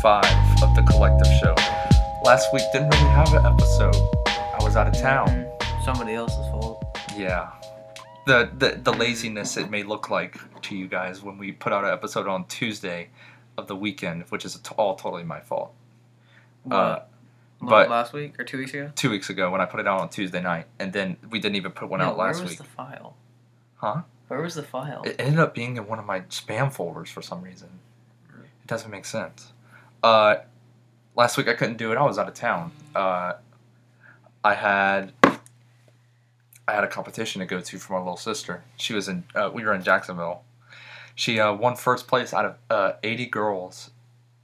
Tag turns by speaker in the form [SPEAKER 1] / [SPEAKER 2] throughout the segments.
[SPEAKER 1] five of the collective show. Last week didn't really have an episode. I was out of town.
[SPEAKER 2] Somebody else's fault.
[SPEAKER 1] Yeah. The, the the laziness it may look like to you guys when we put out an episode on Tuesday of the weekend, which is t- all totally my fault. Uh,
[SPEAKER 2] What?
[SPEAKER 1] but-
[SPEAKER 2] last week or two weeks ago?
[SPEAKER 1] Two weeks ago when I put it out on Tuesday night, and then we didn't even put one
[SPEAKER 2] Yeah,
[SPEAKER 1] out last
[SPEAKER 2] where
[SPEAKER 1] week.
[SPEAKER 2] was the file?
[SPEAKER 1] Huh?
[SPEAKER 2] Where was the file?
[SPEAKER 1] It ended up being in one of my spam folders for some reason. It doesn't make sense. Uh, last week I couldn't do it. I was out of town. Uh, I had I had a competition to go to for my little sister. She was in. Uh, we were in Jacksonville. She uh, won first place out of uh, 80 girls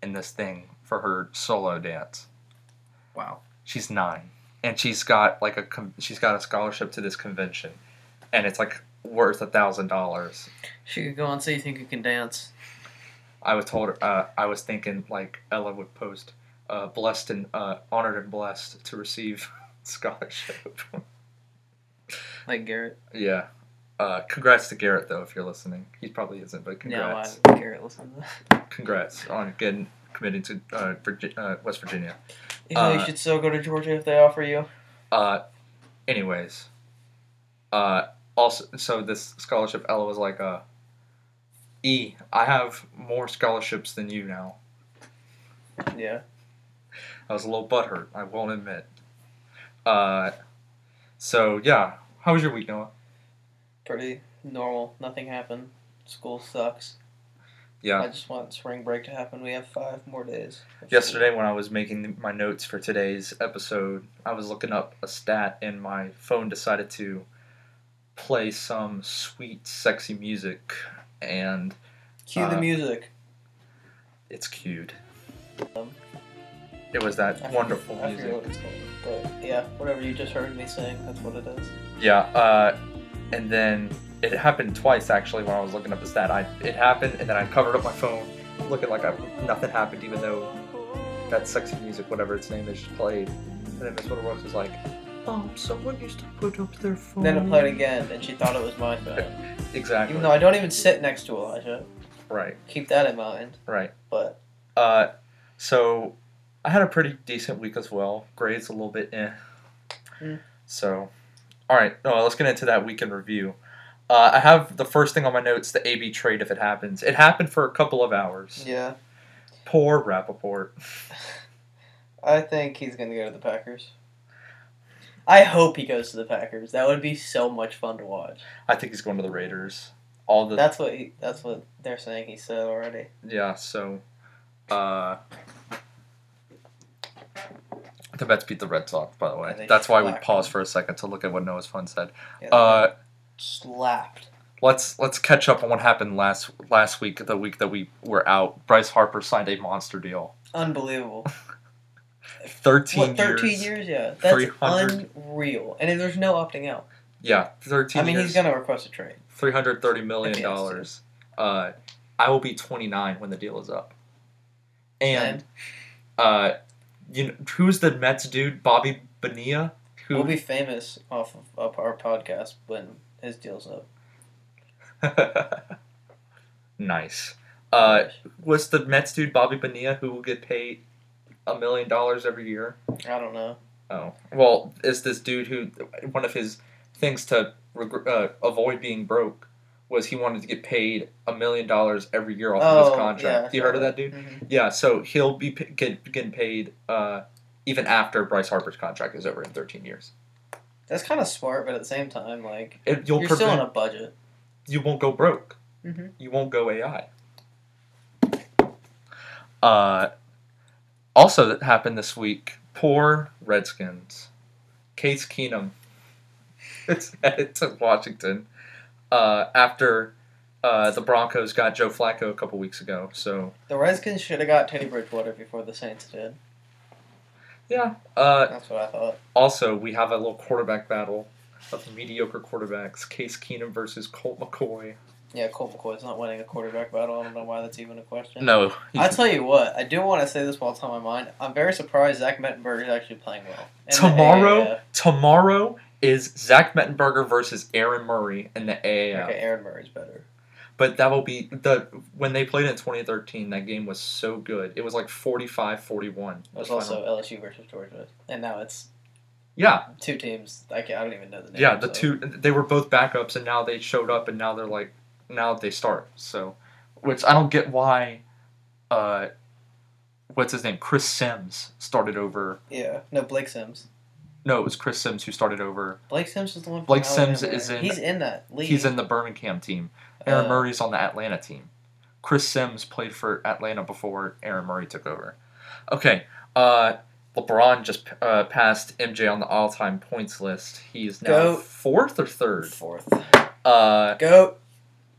[SPEAKER 1] in this thing for her solo dance.
[SPEAKER 2] wow.
[SPEAKER 1] She's nine, and she's got like a con- she's got a scholarship to this convention, and it's like worth a thousand dollars.
[SPEAKER 2] She could go on so you think you can dance.
[SPEAKER 1] I was told her, uh, I was thinking like Ella would post, uh, blessed and uh, honored and blessed to receive scholarship.
[SPEAKER 2] Like Garrett.
[SPEAKER 1] yeah. Uh, congrats to Garrett though, if you're listening. He probably isn't, but congrats,
[SPEAKER 2] No, I, Garrett, listen to that.
[SPEAKER 1] congrats on getting committed to uh, Virgi- uh, West Virginia.
[SPEAKER 2] You know
[SPEAKER 1] Uh,
[SPEAKER 2] you should still go to Georgia if they offer you.
[SPEAKER 1] Uh, anyways, uh, also, so this scholarship, Ella was like, uh, E, I have more scholarships than you now.
[SPEAKER 2] Yeah.
[SPEAKER 1] I was a little butthurt, I won't admit. Uh, so yeah, how was your week, Noah?
[SPEAKER 2] Pretty normal. Nothing happened. School sucks. I
[SPEAKER 1] Yeah.
[SPEAKER 2] just want spring break to happen. We have five more days. of
[SPEAKER 1] Yesterday, when I was making my notes for today's episode, I was looking up a stat, and my phone decided to play some sweet, sexy music, and
[SPEAKER 2] school. Cue
[SPEAKER 1] uh,
[SPEAKER 2] the music.
[SPEAKER 1] it's cued.
[SPEAKER 2] Um,
[SPEAKER 1] It was
[SPEAKER 2] I
[SPEAKER 1] that
[SPEAKER 2] forget-
[SPEAKER 1] wonderful
[SPEAKER 2] I
[SPEAKER 1] music.
[SPEAKER 2] forget what it's called. But yeah, whatever you just heard me sing, that's what it is.
[SPEAKER 1] Yeah, uh, and then it happened twice actually when I was looking up the stat. I it happened, and then I covered up my phone, looking like I, nothing happened, even though that sexy music, whatever its name is, played. And then Miss Waterworks was like, "Um, someone used to put up their phone."
[SPEAKER 2] Then it played again, and she thought it was my phone.
[SPEAKER 1] Exactly.
[SPEAKER 2] Even though I don't even sit next to Elijah.
[SPEAKER 1] right.
[SPEAKER 2] Keep that in mind.
[SPEAKER 1] Right.
[SPEAKER 2] But
[SPEAKER 1] Uh, so I had a pretty decent week as well. Grades a little bit eh.
[SPEAKER 2] Mm.
[SPEAKER 1] So, all right, no, let's get into that weekend review. Uh, I have the first thing on my notes: the AB trade. If it happens, it happened for a couple of hours.
[SPEAKER 2] yeah, Mm.
[SPEAKER 1] Poor Rappaport.
[SPEAKER 2] I think he's gonna go to the Packers. I hope he goes to the Packers. That would be so much fun to watch.
[SPEAKER 1] I think he's going to the Raiders. All the
[SPEAKER 2] That's what he, that's what they're saying. He said already.
[SPEAKER 1] yeah. So, uh, the Mets beat the Red Sox. By the
[SPEAKER 2] And
[SPEAKER 1] way,
[SPEAKER 2] they
[SPEAKER 1] that's why we
[SPEAKER 2] slapped
[SPEAKER 1] paused
[SPEAKER 2] them.
[SPEAKER 1] for a second to look at what Noah's fun said.
[SPEAKER 2] Yeah, they
[SPEAKER 1] Uh,
[SPEAKER 2] slapped.
[SPEAKER 1] let's let's catch up on what happened last last week, the week that we were out. Bryce Harper signed a monster deal,
[SPEAKER 2] Unbelievable.
[SPEAKER 1] thirteen,
[SPEAKER 2] what, 13 years?
[SPEAKER 1] years.
[SPEAKER 2] Yeah. That's
[SPEAKER 1] 300.
[SPEAKER 2] unreal. And there's no opting out.
[SPEAKER 1] Yeah, thirteen.
[SPEAKER 2] I mean,
[SPEAKER 1] years,
[SPEAKER 2] he's going to request a trade.
[SPEAKER 1] three hundred thirty million
[SPEAKER 2] Okay,
[SPEAKER 1] dollars.
[SPEAKER 2] that's
[SPEAKER 1] Uh, I will be twenty nine when the deal is up. And
[SPEAKER 2] And
[SPEAKER 1] uh, you know, who's the Mets dude? Bobby Bonilla. Who?
[SPEAKER 2] we'll be famous off of, of our podcast when his deal's up.
[SPEAKER 1] nice. Uh, was the Mets dude Bobby Bonilla who will get paid a million dollars every year?
[SPEAKER 2] I don't know.
[SPEAKER 1] Oh well, it's this dude who one of his things to regr uh, avoid being broke was he wanted to get paid a million dollars every year off of his
[SPEAKER 2] Oh,
[SPEAKER 1] contract.
[SPEAKER 2] yeah,
[SPEAKER 1] you
[SPEAKER 2] I
[SPEAKER 1] heard of
[SPEAKER 2] saw
[SPEAKER 1] that dude?
[SPEAKER 2] Mhm.
[SPEAKER 1] Yeah, so he'll be p- get, getting paid uh, even after Bryce Harper's contract is over in thirteen years.
[SPEAKER 2] That's kind of smart, but at the same time, like,
[SPEAKER 1] It, you'll
[SPEAKER 2] you're
[SPEAKER 1] prevent,
[SPEAKER 2] still on a budget.
[SPEAKER 1] you won't go broke.
[SPEAKER 2] Mhm.
[SPEAKER 1] You won't go AI. Uh, also, that happened this week. Poor Redskins. Case Keenum. It's headed to Washington uh, after uh, the Broncos got Joe Flacco a couple weeks ago. So
[SPEAKER 2] The Redskins should have got Teddy Bridgewater before the Saints did.
[SPEAKER 1] yeah. Uh,
[SPEAKER 2] That's what I thought.
[SPEAKER 1] also, we have a little quarterback battle of mediocre quarterbacks. Case Keenum versus Colt McCoy.
[SPEAKER 2] Yeah, Colt McCoy's not winning a quarterback battle. I don't know why that's even a question.
[SPEAKER 1] No,
[SPEAKER 2] I tell you what, I do want to say this while it's on my mind. I'm very surprised Zach Mettenberg is actually playing well. In the uh,
[SPEAKER 1] Tomorrow,
[SPEAKER 2] AAF.
[SPEAKER 1] tomorrow is Zach Mettenberger versus Aaron Murray in the AAF.
[SPEAKER 2] Okay, Aaron Murray's better.
[SPEAKER 1] But that will be the when they played in 2013. That game was so good. It was like 45-41.
[SPEAKER 2] It was also LSU versus Georgia, and now it's
[SPEAKER 1] yeah,
[SPEAKER 2] two teams. I, can't, I don't even know the name.
[SPEAKER 1] yeah. The two they were both backups, and now they showed up, and now they're like now they start. So, which I don't get why. Uh, what's his name? Chris Sims started over.
[SPEAKER 2] Yeah, no Blake Sims.
[SPEAKER 1] No, it was Chris Sims who started over.
[SPEAKER 2] Blake Sims is the one. From
[SPEAKER 1] Blake Sims
[SPEAKER 2] Alabama.
[SPEAKER 1] is in-
[SPEAKER 2] He's in that league.
[SPEAKER 1] He's in the Birmingham team. Aaron
[SPEAKER 2] Uh,
[SPEAKER 1] Murray's on the Atlanta team. Chris Sims played for Atlanta before Aaron Murray took over. Okay, uh, LeBron just uh, passed MJ on the all-time points list. He is now
[SPEAKER 2] Goat.
[SPEAKER 1] fourth or third.
[SPEAKER 2] Fourth.
[SPEAKER 1] Uh,
[SPEAKER 2] Goat.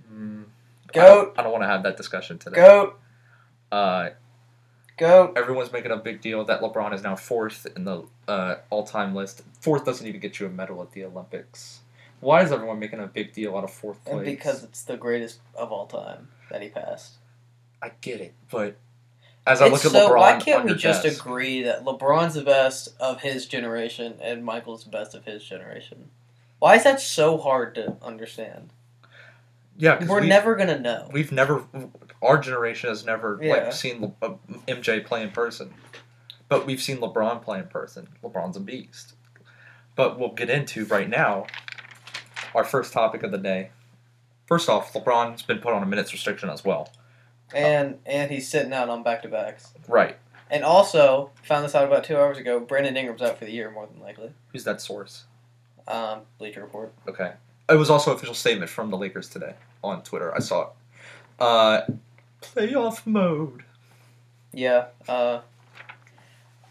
[SPEAKER 1] mm, I
[SPEAKER 2] Goat.
[SPEAKER 1] don't, want to have that discussion today.
[SPEAKER 2] Goat.
[SPEAKER 1] Uh,
[SPEAKER 2] Goat.
[SPEAKER 1] everyone's making a big deal that LeBron is now fourth in the uh, all-time list. Fourth doesn't even get you a medal at the Olympics. Why is everyone making a big deal out of fourth place?
[SPEAKER 2] And because it's the greatest of all time that he passed.
[SPEAKER 1] I get it, but as I
[SPEAKER 2] And
[SPEAKER 1] look at
[SPEAKER 2] so
[SPEAKER 1] LeBron,
[SPEAKER 2] why can't
[SPEAKER 1] on
[SPEAKER 2] we
[SPEAKER 1] your
[SPEAKER 2] just
[SPEAKER 1] desk-
[SPEAKER 2] agree that LeBron's the best of his generation and Michael's the best of his generation? Why is that so hard to understand?
[SPEAKER 1] Yeah, 'cause
[SPEAKER 2] We're
[SPEAKER 1] we,
[SPEAKER 2] never gonna know.
[SPEAKER 1] We've never. Our generation has never
[SPEAKER 2] Yeah.
[SPEAKER 1] like seen Le- uh, MJ play in person, but we've seen LeBron play in person. LeBron's a beast. But we'll get into right now our first topic of the day. First off, LeBron's been put on a minutes restriction as well.
[SPEAKER 2] And and he's sitting out on back to backs.
[SPEAKER 1] Right.
[SPEAKER 2] And also found this out about two hours ago. Brandon Ingram's out for the year, more than likely.
[SPEAKER 1] Who's that source?
[SPEAKER 2] Um, Bleacher Report.
[SPEAKER 1] Okay. It was also an official statement from the Lakers today on Twitter. I saw it. Uh, playoff mode.
[SPEAKER 2] Yeah. Uh,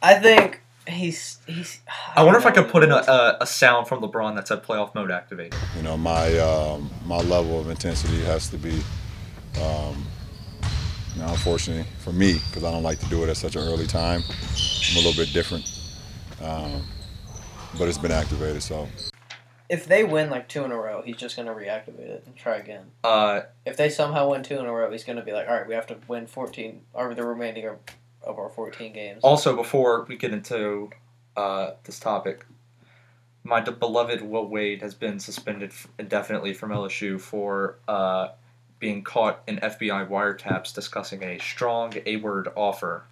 [SPEAKER 2] I think he's he's.
[SPEAKER 1] I wonder if I
[SPEAKER 2] don't know
[SPEAKER 1] could put in a,
[SPEAKER 2] what it is.
[SPEAKER 1] a, a sound from LeBron that said playoff mode activated.
[SPEAKER 3] you know my um, my level of intensity has to be um, you know, unfortunately for me because i don't like to do it at such an early time i'm a little bit different um, but it's been activated so
[SPEAKER 2] If they win like two in a row, he's just gonna reactivate it and try again.
[SPEAKER 1] Uh,
[SPEAKER 2] If they somehow win two in a row, he's going to be like, all right, we have to win 14, or the remaining of, of our 14 games.
[SPEAKER 1] Also, before we get into uh, this topic, my d- beloved Will Wade has been suspended f- indefinitely from LSU for uh, being caught in FBI wiretaps discussing a strong A-word offer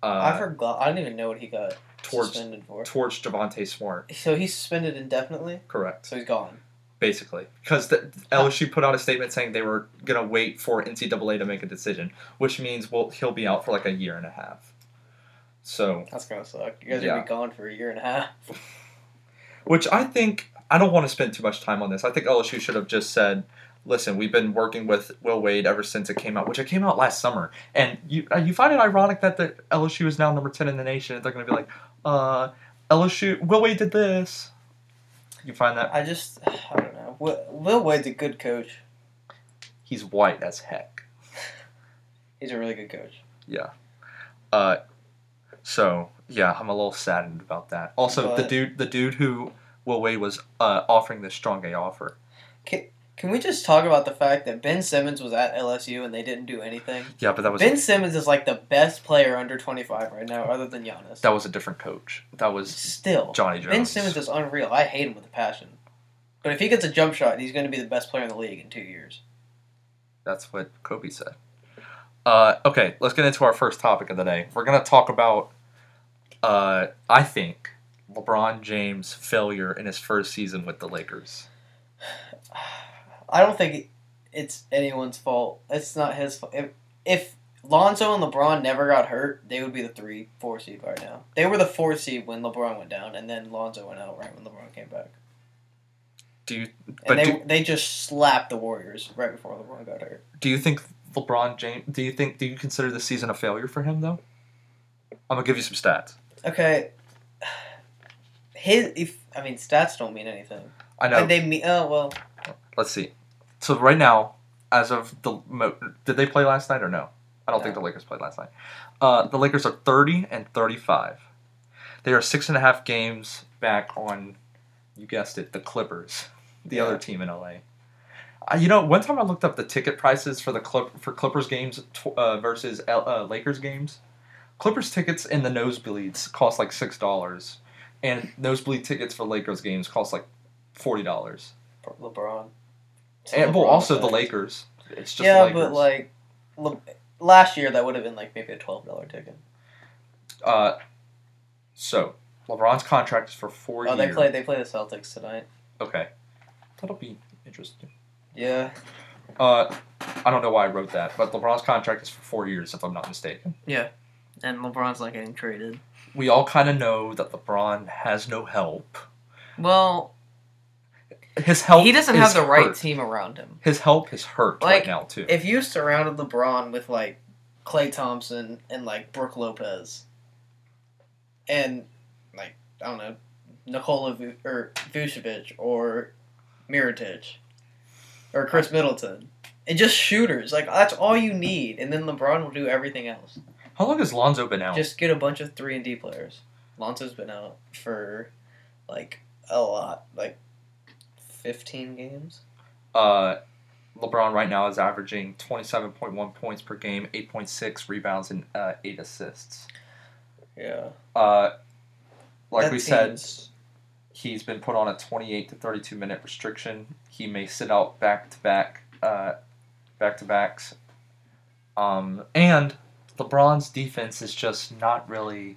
[SPEAKER 2] I
[SPEAKER 1] uh,
[SPEAKER 2] forgot. I don't even know what he got
[SPEAKER 1] towards
[SPEAKER 2] suspended for.
[SPEAKER 1] towards Javante Smart.
[SPEAKER 2] So he's suspended indefinitely,
[SPEAKER 1] Correct,
[SPEAKER 2] so he's gone.
[SPEAKER 1] basically, because the, LSU put out a statement saying they were gonna wait for NCAA to make a decision, which means well he'll be out for like a year and a half. So
[SPEAKER 2] That's going to suck. You guys are
[SPEAKER 1] Yeah.
[SPEAKER 2] going to be gone for a year and a half.
[SPEAKER 1] which I think I don't want to spend too much time on this. I think LSU should have just said, "Listen, we've been working with Will Wade ever since it came out, which it came out last summer." And you uh, you find it ironic that the LSU is now number ten in the nation, and they're going to be like, "Uh, LSU Will Wade did this." You find that
[SPEAKER 2] I just, I don't know. Will, Will Wade's a good coach.
[SPEAKER 1] he's white as heck.
[SPEAKER 2] He's a really good coach.
[SPEAKER 1] Uh, so yeah, I'm a little saddened about that. Also, the
[SPEAKER 2] But-
[SPEAKER 1] dude the dude who Will Wade was uh, offering the strong A offer.
[SPEAKER 2] Can we just talk about the fact that Ben Simmons was at LSU and they didn't do anything?
[SPEAKER 1] Yeah, but that was
[SPEAKER 2] Ben Simmons is like the best player under 25 right now, other than Giannis.
[SPEAKER 1] that was a different coach. That was
[SPEAKER 2] Still.
[SPEAKER 1] Johnny Jones.
[SPEAKER 2] Ben Simmons is unreal. I hate him with a passion. But if he gets a jump shot, he's going to be the best player in the league in two years.
[SPEAKER 1] That's what Kobe said. Uh, okay, let's get into our first topic of the day. We're gonna talk about, uh, I think, LeBron James' failure in his first season with the Lakers.
[SPEAKER 2] I don't think it's anyone's fault. It's not his fault. If, if Lonzo and LeBron never got hurt, they would be the three, four seed right now. They were the four seed when LeBron went down, and then Lonzo went out right when LeBron came back.
[SPEAKER 1] Do you? But
[SPEAKER 2] And they,
[SPEAKER 1] do,
[SPEAKER 2] they just slapped the Warriors right before LeBron got hurt.
[SPEAKER 1] do you think LeBron James? Do you think? Do you consider this season a failure for him though? I'm gonna give you some stats.
[SPEAKER 2] Okay. His if I mean stats don't mean anything.
[SPEAKER 1] I know.
[SPEAKER 2] And they mean oh well
[SPEAKER 1] let's see. So right now, as of the mo- did they play last night or no? I don't think
[SPEAKER 2] No.
[SPEAKER 1] the Lakers played last night. Uh, the Lakers are thirty and thirty-five. They are six and a half games back on, you guessed it, the Clippers, the
[SPEAKER 2] Yeah.
[SPEAKER 1] other team in LA. Uh, you know, one time I looked up the ticket prices for the Clip- for Clippers games tw- uh, versus L- uh, Lakers games. Clippers tickets in the nosebleeds cost like six dollars, and nosebleed tickets for Lakers games cost like forty dollars.
[SPEAKER 2] LeBron.
[SPEAKER 1] And well,
[SPEAKER 2] LeBron
[SPEAKER 1] also the
[SPEAKER 2] effect.
[SPEAKER 1] Lakers. It's just
[SPEAKER 2] yeah,
[SPEAKER 1] Lakers.
[SPEAKER 2] but like l- last year, that would have been like maybe a twelve dollar ticket.
[SPEAKER 1] Uh, so LeBron's contract is for four
[SPEAKER 2] Oh,
[SPEAKER 1] years.
[SPEAKER 2] they play. They play the Celtics tonight.
[SPEAKER 1] Okay, that'll be interesting.
[SPEAKER 2] Yeah.
[SPEAKER 1] Uh, I don't know why I wrote that, but LeBron's contract is for four years, if I'm not mistaken.
[SPEAKER 2] And LeBron's not getting traded.
[SPEAKER 1] We all kind of know that LeBron has no help.
[SPEAKER 2] Well,
[SPEAKER 1] His help.
[SPEAKER 2] he doesn't
[SPEAKER 1] is
[SPEAKER 2] have the right
[SPEAKER 1] hurt.
[SPEAKER 2] team around him.
[SPEAKER 1] His help is hurt
[SPEAKER 2] Like,
[SPEAKER 1] right now too.
[SPEAKER 2] If you surrounded LeBron with like Clay Thompson and like Brooke Lopez, and like I don't know Nikola Vu- or Vucevic or Mirotic or Chris Middleton, and just shooters like that's all you need, and then LeBron will do everything else.
[SPEAKER 1] How long has Lonzo been out?
[SPEAKER 2] Just get a bunch of three and D players. Lonzo's been out for like a lot, like fifteen games.
[SPEAKER 1] uh, LeBron right now is averaging 27.1 points per game, 8.6 rebounds, and uh, eight assists.
[SPEAKER 2] Yeah,
[SPEAKER 1] Uh, like
[SPEAKER 2] That
[SPEAKER 1] we said,
[SPEAKER 2] seems-
[SPEAKER 1] he's been put on a 28 to 32 minute restriction. He may sit out back to back, uh, back to backs. Um, and LeBron's defense is just not really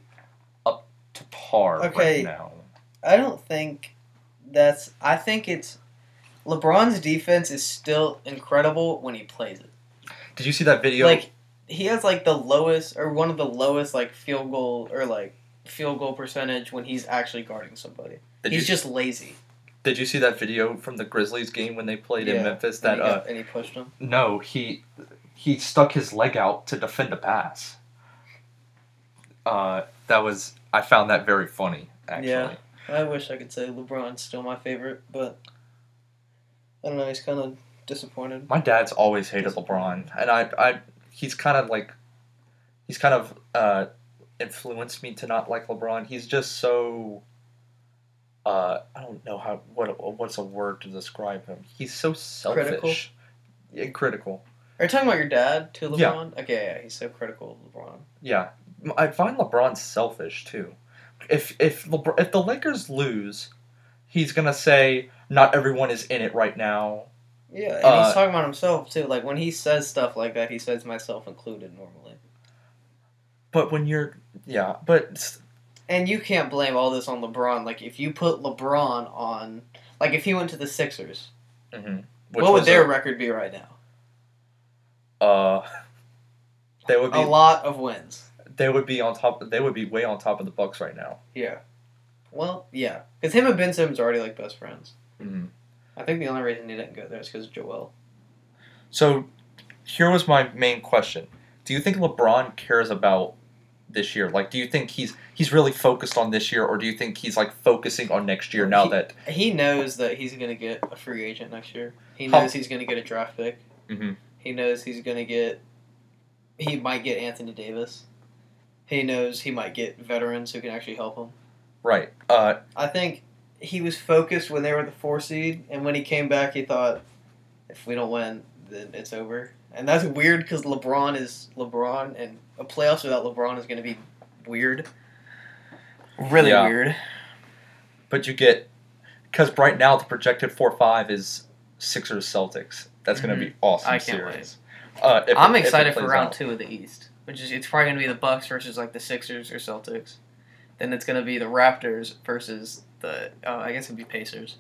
[SPEAKER 1] up to par right
[SPEAKER 2] Okay.
[SPEAKER 1] now.
[SPEAKER 2] I don't think that's. I think it's LeBron's defense is still incredible when he plays it.
[SPEAKER 1] Did you see that video?
[SPEAKER 2] Like he has like the lowest or one of the lowest like field goal or like field goal percentage when he's actually guarding somebody.
[SPEAKER 1] did
[SPEAKER 2] he's
[SPEAKER 1] you,
[SPEAKER 2] just lazy.
[SPEAKER 1] did you see that video from the Grizzlies game when they played
[SPEAKER 2] Yeah.
[SPEAKER 1] in Memphis?
[SPEAKER 2] and,
[SPEAKER 1] That
[SPEAKER 2] he
[SPEAKER 1] uh,
[SPEAKER 2] got- and he pushed him.
[SPEAKER 1] No, he he stuck his leg out to defend a pass. Uh, that was I found that very funny. Actually,
[SPEAKER 2] Yeah. I wish I could say LeBron's still my favorite, but I don't know. He's kind of disappointed.
[SPEAKER 1] my dad's always hated LeBron, and I I he's kind of like he's kind of uh, influenced me to not like LeBron. He's just so. Uh, I don't know how what what's a word to describe him. He's so selfish.
[SPEAKER 2] Critical?
[SPEAKER 1] Yeah, critical.
[SPEAKER 2] Are you talking about your dad to
[SPEAKER 1] Yeah.
[SPEAKER 2] LeBron? Okay, yeah, he's so critical of LeBron.
[SPEAKER 1] Yeah, I find LeBron selfish too. If if LeBron, if the Lakers lose, he's gonna say not everyone is in it right now.
[SPEAKER 2] Yeah, and
[SPEAKER 1] Uh,
[SPEAKER 2] he's talking about himself too. Like when he says stuff like that, he says myself included normally.
[SPEAKER 1] But when you're yeah, but s-
[SPEAKER 2] And you can't blame all this on LeBron. Like if you put LeBron on, like if he went to the Sixers,
[SPEAKER 1] mhm.
[SPEAKER 2] what would
[SPEAKER 1] was
[SPEAKER 2] their
[SPEAKER 1] a-
[SPEAKER 2] record be right now?
[SPEAKER 1] uh they would be
[SPEAKER 2] A lot of wins.
[SPEAKER 1] they would be on top they would be way on top of the Bucks right now.
[SPEAKER 2] Yeah. Well, yeah, because him and Ben Simmons are already like best friends.
[SPEAKER 1] Mhm.
[SPEAKER 2] I think the only reason he didn't go there is because Joel.
[SPEAKER 1] So here was my main question: Do you think LeBron cares about? This year, like, do you think he's he's really focused on this year, or do you think he's like focusing on next year now
[SPEAKER 2] He-
[SPEAKER 1] that
[SPEAKER 2] He knows that he's gonna get a free agent next year. He
[SPEAKER 1] How-
[SPEAKER 2] knows he's gonna get a draft pick.
[SPEAKER 1] Mhm.
[SPEAKER 2] He knows he's gonna get. He might get Anthony Davis. He knows he might get veterans who can actually help him.
[SPEAKER 1] Right. Uh,
[SPEAKER 2] I think he was focused when they were the four seed, and when he came back, he thought, if we don't win, then it's over. And that's weird because LeBron is LeBron, and a playoffs without LeBron is gonna be weird. Really
[SPEAKER 1] Yeah.
[SPEAKER 2] weird.
[SPEAKER 1] but you get because right now the projected four five is Sixers Celtics. That's going to be awesome.
[SPEAKER 2] Mm-hmm. I can't
[SPEAKER 1] series. Uh, if
[SPEAKER 2] I'm
[SPEAKER 1] it- if it
[SPEAKER 2] excited for
[SPEAKER 1] plays
[SPEAKER 2] round
[SPEAKER 1] out.
[SPEAKER 2] two of the East, which is it's probably gonna be the Bucks versus like the Sixers or Celtics. Then it's gonna be the Raptors versus the uh, I guess it'd be Pacers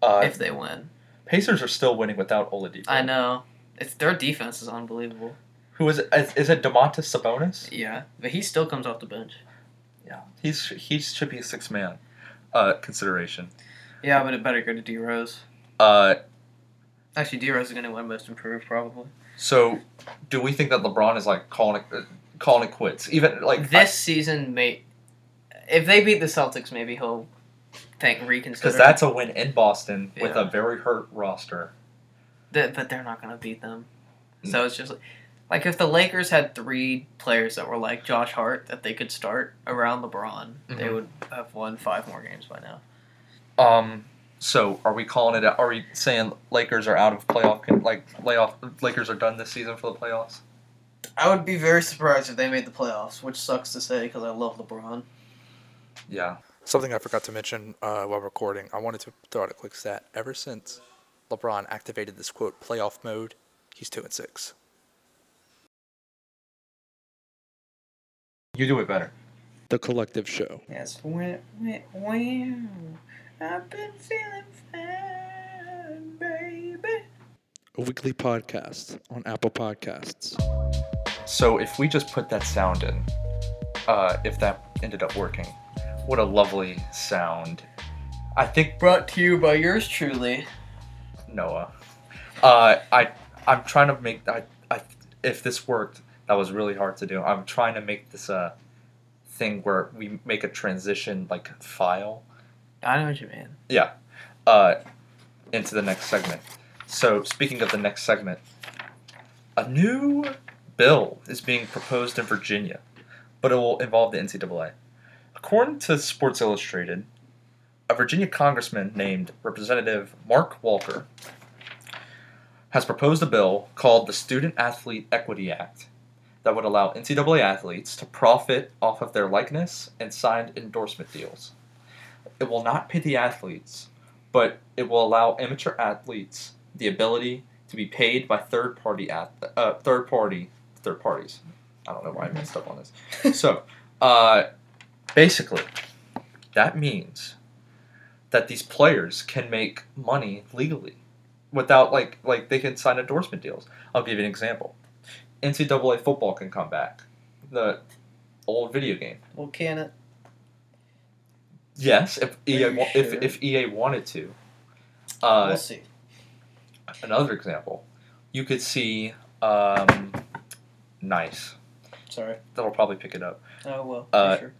[SPEAKER 1] Uh,
[SPEAKER 2] if they win.
[SPEAKER 1] Pacers are still winning without Oladipo.
[SPEAKER 2] I know it's their defense is unbelievable.
[SPEAKER 1] Who is it? Is, is it Demontis Sabonis?
[SPEAKER 2] Yeah, but he still comes off the bench.
[SPEAKER 1] Yeah, he's he should be a six man uh, consideration.
[SPEAKER 2] Yeah, but it better go to D Rose.
[SPEAKER 1] Uh,
[SPEAKER 2] Actually, D Rose is gonna win Most Improved probably.
[SPEAKER 1] so do we think that LeBron is like calling it uh, calling it quits? Even like
[SPEAKER 2] this season, may if they beat the Celtics, maybe he'll think reconsider.
[SPEAKER 1] because that's a win in Boston with
[SPEAKER 2] Yeah.
[SPEAKER 1] a very hurt roster.
[SPEAKER 2] Th- but they're not going to beat them. So it's just like, like if the Lakers had three players that were like Josh Hart that they could start around LeBron, they
[SPEAKER 1] Mhm.
[SPEAKER 2] would have won five more games by now.
[SPEAKER 1] Um. So are we calling it? Are we saying Lakers are out of playoff? Can, like layoff? Lakers are done this season for the playoffs.
[SPEAKER 2] I would be very surprised if they made the playoffs, which sucks to say because I love LeBron.
[SPEAKER 1] Yeah.
[SPEAKER 4] Something I forgot to mention uh, while recording, I wanted to throw out a quick stat. Ever since LeBron activated this quote playoff mode, he's two and six.
[SPEAKER 1] You do it better.
[SPEAKER 4] The collective show.
[SPEAKER 2] Yes. Wow. I've been feeling fine, baby.
[SPEAKER 4] A weekly podcast on Apple Podcasts.
[SPEAKER 1] So if we just put that sound in, uh, if that ended up working, what a lovely sound. I think
[SPEAKER 2] Brought to you by yours truly.
[SPEAKER 1] Noah. Uh, I I'm trying to make I, I if this worked, that was really hard to do. I'm trying to make this uh thing where we make a transition like file
[SPEAKER 2] I know what you mean.
[SPEAKER 1] yeah uh into the next segment. So speaking of the next segment, a new bill is being proposed in Virginia, but it will involve the NCAA. According to Sports Illustrated, a Virginia congressman named Representative Mark Walker has proposed a bill called the Student Athlete Equity Act that would allow NCAA athletes to profit off of their likeness and signed endorsement deals. It will not pay the athletes, but it will allow amateur athletes the ability to be paid by third party ath- uh, third party third parties. I don't know why I messed up on this. So, uh, basically, that means that these players can make money legally without like like they can sign endorsement deals. I'll give you an example. NCAA football can come back. The old video game.
[SPEAKER 2] Well, can it?
[SPEAKER 1] Yes, if EA
[SPEAKER 2] Are you
[SPEAKER 1] wa- if,
[SPEAKER 2] sure?
[SPEAKER 1] if EA wanted to. Uh,
[SPEAKER 2] we'll see.
[SPEAKER 1] another example, you could see um, nice.
[SPEAKER 2] Sorry.
[SPEAKER 1] That'll probably pick it up.
[SPEAKER 2] Oh well.
[SPEAKER 1] Uh,
[SPEAKER 2] sure.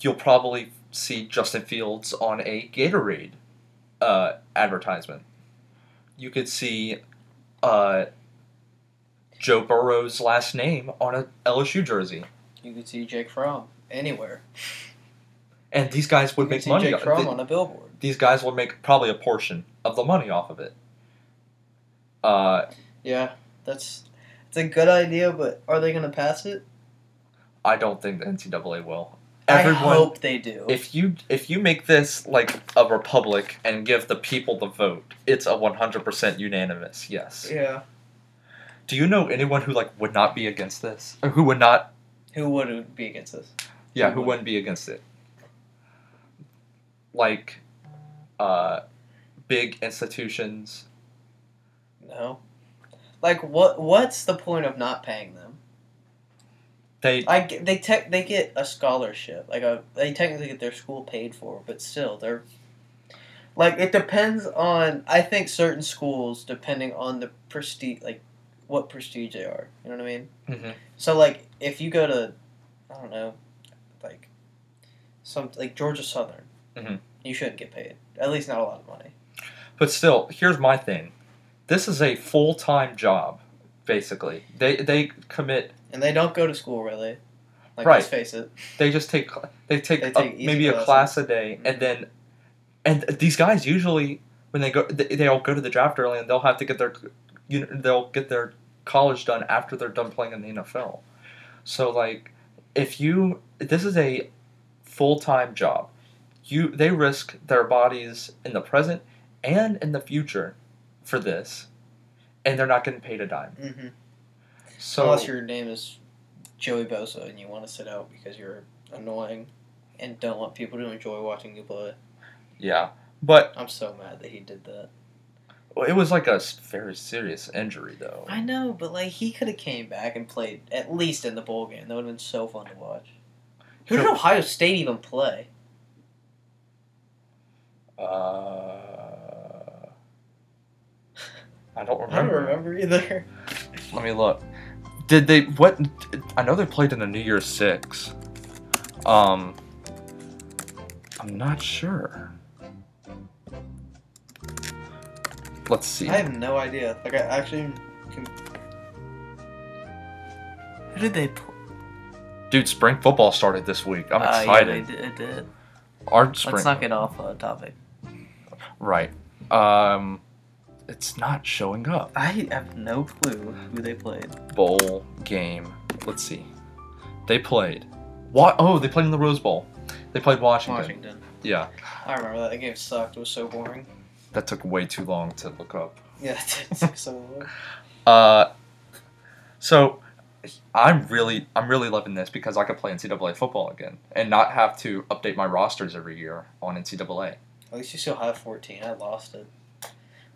[SPEAKER 1] You'll probably see Justin Fields on a Gatorade uh, advertisement. You could see uh, Joe Burrow's last name on a LSU jersey,
[SPEAKER 2] You could see Jake Fromm anywhere.
[SPEAKER 1] and these guys would
[SPEAKER 2] you could
[SPEAKER 1] make
[SPEAKER 2] see
[SPEAKER 1] money.
[SPEAKER 2] Jake
[SPEAKER 1] on-
[SPEAKER 2] Fromm
[SPEAKER 1] th-
[SPEAKER 2] on a billboard.
[SPEAKER 1] these guys will make probably a portion of the money off of it. Uh,
[SPEAKER 2] Yeah, that's it's a good idea, but are they gonna pass it?
[SPEAKER 1] I don't think the NCAA will.
[SPEAKER 2] I hope they do.
[SPEAKER 1] if you if you make this like a republic and give the people the vote, it's a 100% unanimous yes.
[SPEAKER 2] yeah.
[SPEAKER 1] Do you know anyone who like would not be against this? Or who would not
[SPEAKER 2] Who would be against this?
[SPEAKER 1] yeah, who wouldn't be against it? Like uh big institutions.
[SPEAKER 2] No. Like what? What's the point of not paying them?
[SPEAKER 1] They
[SPEAKER 2] I get- they tech they get a scholarship, like a they technically get their school paid for, but still they're like it depends on. I think certain schools depending on the prestige, like what prestige they are. You know what I mean?
[SPEAKER 1] Mhm.
[SPEAKER 2] So like if you go to, I don't know, like some like Georgia Southern,
[SPEAKER 1] Mhm.
[SPEAKER 2] you shouldn't get paid. At least not a lot of money.
[SPEAKER 1] But still, here's my thing. This is a full-time job basically. They they commit
[SPEAKER 2] And they don't go to school really. Like
[SPEAKER 1] Right.
[SPEAKER 2] let's face it.
[SPEAKER 1] They just take cl- they take,
[SPEAKER 2] They
[SPEAKER 1] a-
[SPEAKER 2] take easy
[SPEAKER 1] maybe a
[SPEAKER 2] classes. Mm-hmm.
[SPEAKER 1] class a day, and then and these guys usually when they go they, they all go to the draft early, and they'll have to get their you know, they'll get their college done after they're done playing in the NFL. So like if you this is a full time job, you they risk their bodies in the present and in the future for this, and they're not getting paid a dime.
[SPEAKER 2] Mm-hmm.
[SPEAKER 1] So
[SPEAKER 2] Unless your name is Joey Bosa and you want to sit out because you're annoying and don't want people to enjoy watching you play.
[SPEAKER 1] yeah, but
[SPEAKER 2] I'm so mad that he did that.
[SPEAKER 1] it was like a s- very serious injury though.
[SPEAKER 2] I know, but like he could have came back and played at least in the bowl game. That would have been so fun to watch. Who did
[SPEAKER 1] Sure.
[SPEAKER 2] Ohio State even play?
[SPEAKER 1] Uh, I don't remember.
[SPEAKER 2] I don't remember either.
[SPEAKER 1] Let me look. Did they what? I know they played in the New Year's Six. Um, I'm not sure. Let's see.
[SPEAKER 2] I have no idea. Like I actually can. Who did they play?
[SPEAKER 1] Dude, spring football started this week.
[SPEAKER 2] Uh,
[SPEAKER 1] I'm excited.
[SPEAKER 2] it did.
[SPEAKER 1] Our spring.
[SPEAKER 2] get off uh, topic.
[SPEAKER 1] right. Um, it's not showing up.
[SPEAKER 2] I have no clue who they played.
[SPEAKER 1] bowl game. Let's see. They played. What? Oh, they played in the Rose Bowl. They played Washington.
[SPEAKER 2] Washington.
[SPEAKER 1] Yeah.
[SPEAKER 2] I remember that. That game sucked. It was so boring.
[SPEAKER 1] That took way too long to look up.
[SPEAKER 2] Yeah, that took so long.
[SPEAKER 1] Uh, so I'm really I'm really loving this because I could play NCAA football again and not have to update my rosters every year on NCAA.
[SPEAKER 2] At least you still have 14. I lost it.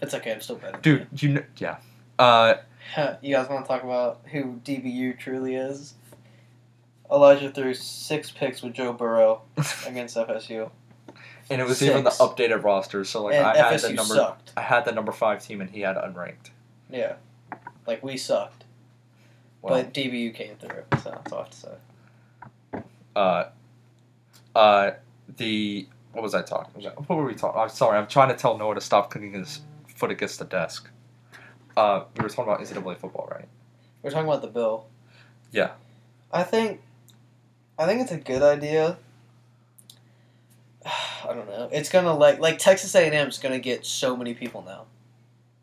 [SPEAKER 2] That's okay. I'm still better.
[SPEAKER 1] Dude, you know, yeah. Uh,
[SPEAKER 2] you guys want to talk about who DBU truly is? Elijah threw six picks with Joe Burrow against FSU.
[SPEAKER 1] and it was even the
[SPEAKER 2] Six.
[SPEAKER 1] updated roster, so like
[SPEAKER 2] and
[SPEAKER 1] I had
[SPEAKER 2] FSU
[SPEAKER 1] the number
[SPEAKER 2] sucked.
[SPEAKER 1] I had the number five team and he had unranked.
[SPEAKER 2] Yeah. Like, we sucked.
[SPEAKER 1] Well,
[SPEAKER 2] But DBU came through, so that's all I have to say.
[SPEAKER 1] uh, uh, the what was I talking about? What were we talking? I'm sorry. I'm trying to tell Noah to stop clicking his foot against the desk. Uh, we were talking about NCAA football, right?
[SPEAKER 2] We're talking about the bill.
[SPEAKER 1] Yeah.
[SPEAKER 2] I think I think it's a good idea. I don't know. It's gonna like like Texas A and M is gonna get so many people now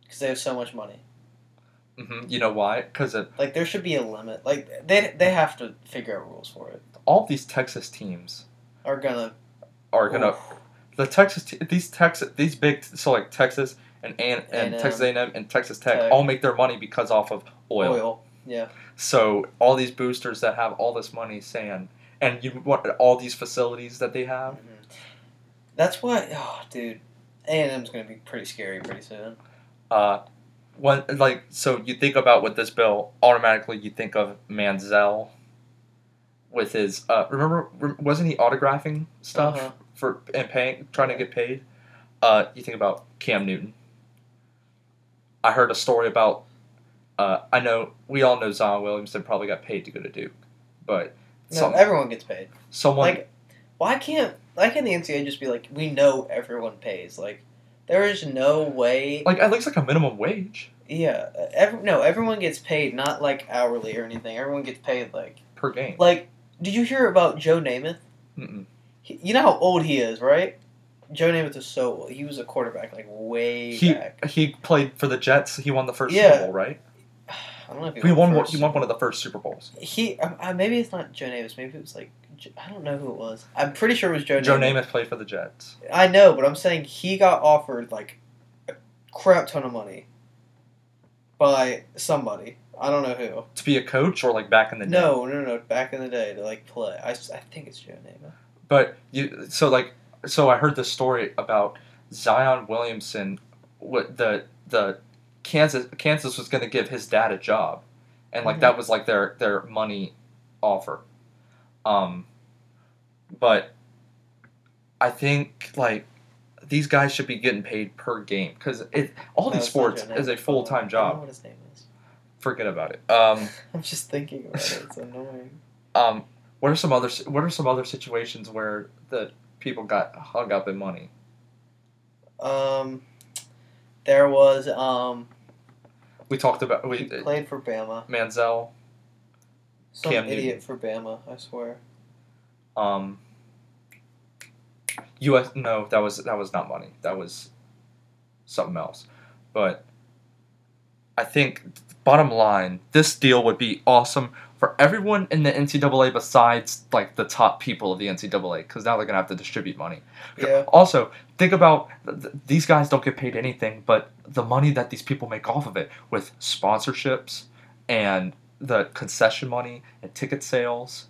[SPEAKER 2] because they have so much money.
[SPEAKER 1] hmm You know why? Because
[SPEAKER 2] Like there should be a limit. Like they they have to figure out rules for it.
[SPEAKER 1] all these Texas teams
[SPEAKER 2] Are gonna
[SPEAKER 1] are gonna the Texas te- these Texas these big so like Texas and and, and
[SPEAKER 2] A&M.
[SPEAKER 1] Texas A and M and Texas Tech
[SPEAKER 2] Tech.
[SPEAKER 1] all make their money because off of oil.
[SPEAKER 2] oil. Yeah.
[SPEAKER 1] So all these boosters that have all this money saying, and you want all these facilities that they have.
[SPEAKER 2] Mm-hmm. That's what. Oh, dude. A and M's gonna be pretty scary pretty soon.
[SPEAKER 1] Uh, one like so you think about with this bill automatically you think of Manziel with his uh remember rem- wasn't he autographing stuff
[SPEAKER 2] Uh-huh.
[SPEAKER 1] for and paying trying to get paid uh you think about Cam Newton I heard a story about uh I know we all know Zion Williamson probably got paid to go to Duke but
[SPEAKER 2] No,
[SPEAKER 1] some,
[SPEAKER 2] everyone gets paid.
[SPEAKER 1] someone
[SPEAKER 2] like, why can't why can't the NCAA just be like, we know everyone pays? Like, there is no way.
[SPEAKER 1] like at least like a minimum wage
[SPEAKER 2] Yeah, e-, every, no, everyone gets paid, not like hourly or anything. Everyone gets paid like
[SPEAKER 1] per game
[SPEAKER 2] like. Did you hear about Joe Namath?
[SPEAKER 1] Mm-mm.
[SPEAKER 2] He, you know how old he is, right? Joe Namath is so old. He was a quarterback like way
[SPEAKER 1] he
[SPEAKER 2] back.
[SPEAKER 1] he played for the Jets he won the first
[SPEAKER 2] Yeah.
[SPEAKER 1] Super Bowl right
[SPEAKER 2] I don't know if he,
[SPEAKER 1] He won. one-
[SPEAKER 2] first.
[SPEAKER 1] He won one of the first Super Bowls.
[SPEAKER 2] He uh, uh, maybe it's not Joe Namath. Maybe it was like J- I don't know who it was. I'm pretty sure it was Joe.
[SPEAKER 1] Joe
[SPEAKER 2] Namath.
[SPEAKER 1] Namath played for the Jets.
[SPEAKER 2] I know, but I'm saying he got offered like a crap ton of money by somebody. I don't know who.
[SPEAKER 1] To be a coach or like back in the day.
[SPEAKER 2] No, no, no. Back in the day, to like play. I, s- I think it's Joe Namath.
[SPEAKER 1] But you so like so I heard this story about Zion Williamson what the the Kansas Kansas was going to give his dad a job and like that was like their their money offer. Um but I think like these guys should be getting paid per game cuz it all
[SPEAKER 2] No,
[SPEAKER 1] these
[SPEAKER 2] it's not
[SPEAKER 1] sports
[SPEAKER 2] Joe
[SPEAKER 1] is
[SPEAKER 2] Namath.
[SPEAKER 1] a full-time
[SPEAKER 2] I don't know
[SPEAKER 1] job.
[SPEAKER 2] what his name is.
[SPEAKER 1] Forget about it. Um
[SPEAKER 2] I'm just thinking about it. It's annoying.
[SPEAKER 1] Um, what are some other What are some other situations where the people got hung up in money?
[SPEAKER 2] Um, there was um.
[SPEAKER 1] We talked about
[SPEAKER 2] He
[SPEAKER 1] we uh,
[SPEAKER 2] played for Bama.
[SPEAKER 1] Manziel.
[SPEAKER 2] Some
[SPEAKER 1] Cam
[SPEAKER 2] idiot for Bama. I swear.
[SPEAKER 1] Um, U.S. No, that was that was not money. That was something else. But I think bottom line, this deal would be awesome for everyone in the NCAA besides like the top people of the NCAA because now they're gonna have to distribute money.
[SPEAKER 2] Yeah.
[SPEAKER 1] Also, think about th- th- these guys don't get paid anything, but the money that these people make off of it with sponsorships and the concession money and ticket sales.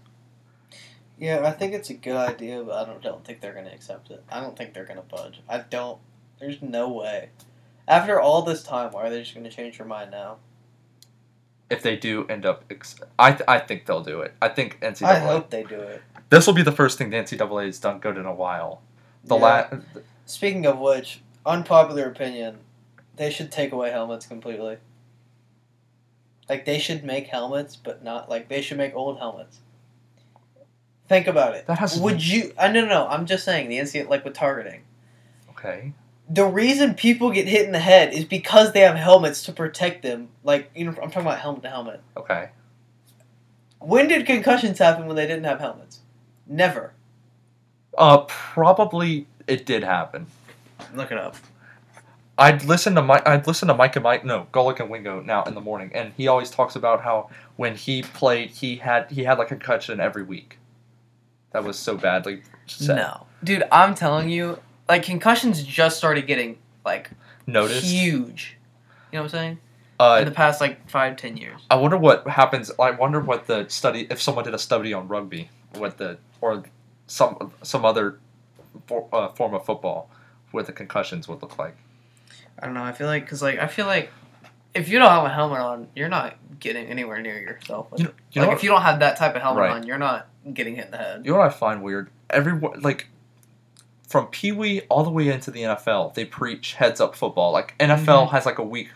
[SPEAKER 2] Yeah, I think it's a good idea, but I don't don't think they're gonna accept it. I don't think they're gonna budge. I don't. There's no way. After all this time, why are they just gonna change their mind now?
[SPEAKER 1] If they do end up, ex- I th- I think they'll do it. I think NCAA.
[SPEAKER 2] I hope they do it.
[SPEAKER 1] This will be the first thing the NCAA has done good in a while. The
[SPEAKER 2] Yeah.
[SPEAKER 1] la-
[SPEAKER 2] Speaking of which, unpopular opinion, they should take away helmets completely. Like they should make helmets, but not like they should make old helmets. Think about it.
[SPEAKER 1] that has
[SPEAKER 2] Would you? I no no. no I'm just saying the incident like with targeting.
[SPEAKER 1] okay.
[SPEAKER 2] the reason people get hit in the head is because they have helmets to protect them. Like you know, I'm talking about helmet to helmet.
[SPEAKER 1] Okay.
[SPEAKER 2] When did concussions happen when they didn't have helmets? Never.
[SPEAKER 1] Uh, probably it did happen.
[SPEAKER 2] Look it up.
[SPEAKER 1] I'd listen to Mike. I'd listen to Mike and Mike. No, Golic and Wingo now in the morning, and he always talks about how when he played, he had he had like a concussion every week. That was so badly. Set.
[SPEAKER 2] No, dude, I'm telling you, like concussions just started getting like
[SPEAKER 1] Noticed.
[SPEAKER 2] huge. You know what I'm saying?
[SPEAKER 1] uh,
[SPEAKER 2] In the past like five, ten years.
[SPEAKER 1] I wonder what happens. I wonder what the study, if someone did a study on rugby, what the or some some other for, uh, form of football, what the concussions would look like.
[SPEAKER 2] I don't know. I feel like because like I feel like if you don't have a helmet on, you're not getting anywhere near yourself.
[SPEAKER 1] You know, you know
[SPEAKER 2] like
[SPEAKER 1] what,
[SPEAKER 2] if you don't have that type of helmet
[SPEAKER 1] Right.
[SPEAKER 2] on, you're not getting hit in the head.
[SPEAKER 1] you know what I find weird? Everyone like from Pee Wee all the way into the NFL, they preach heads up football. Like NFL has like a week,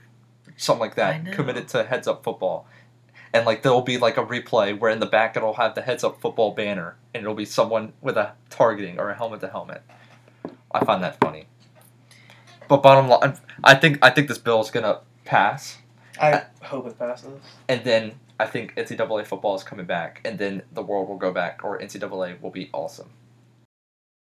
[SPEAKER 1] something like
[SPEAKER 2] Mm-hmm. I
[SPEAKER 1] that,
[SPEAKER 2] know.
[SPEAKER 1] committed to heads up football. And like there'll be like a replay where in the back it'll have the heads up football banner and it'll be someone with a targeting or a helmet to helmet. I find that funny. But bottom line, I think I think this bill is gonna pass
[SPEAKER 2] I hope it passes.
[SPEAKER 1] and then I think NCAA football is coming back, and then the world will go back, or NCAA will be awesome.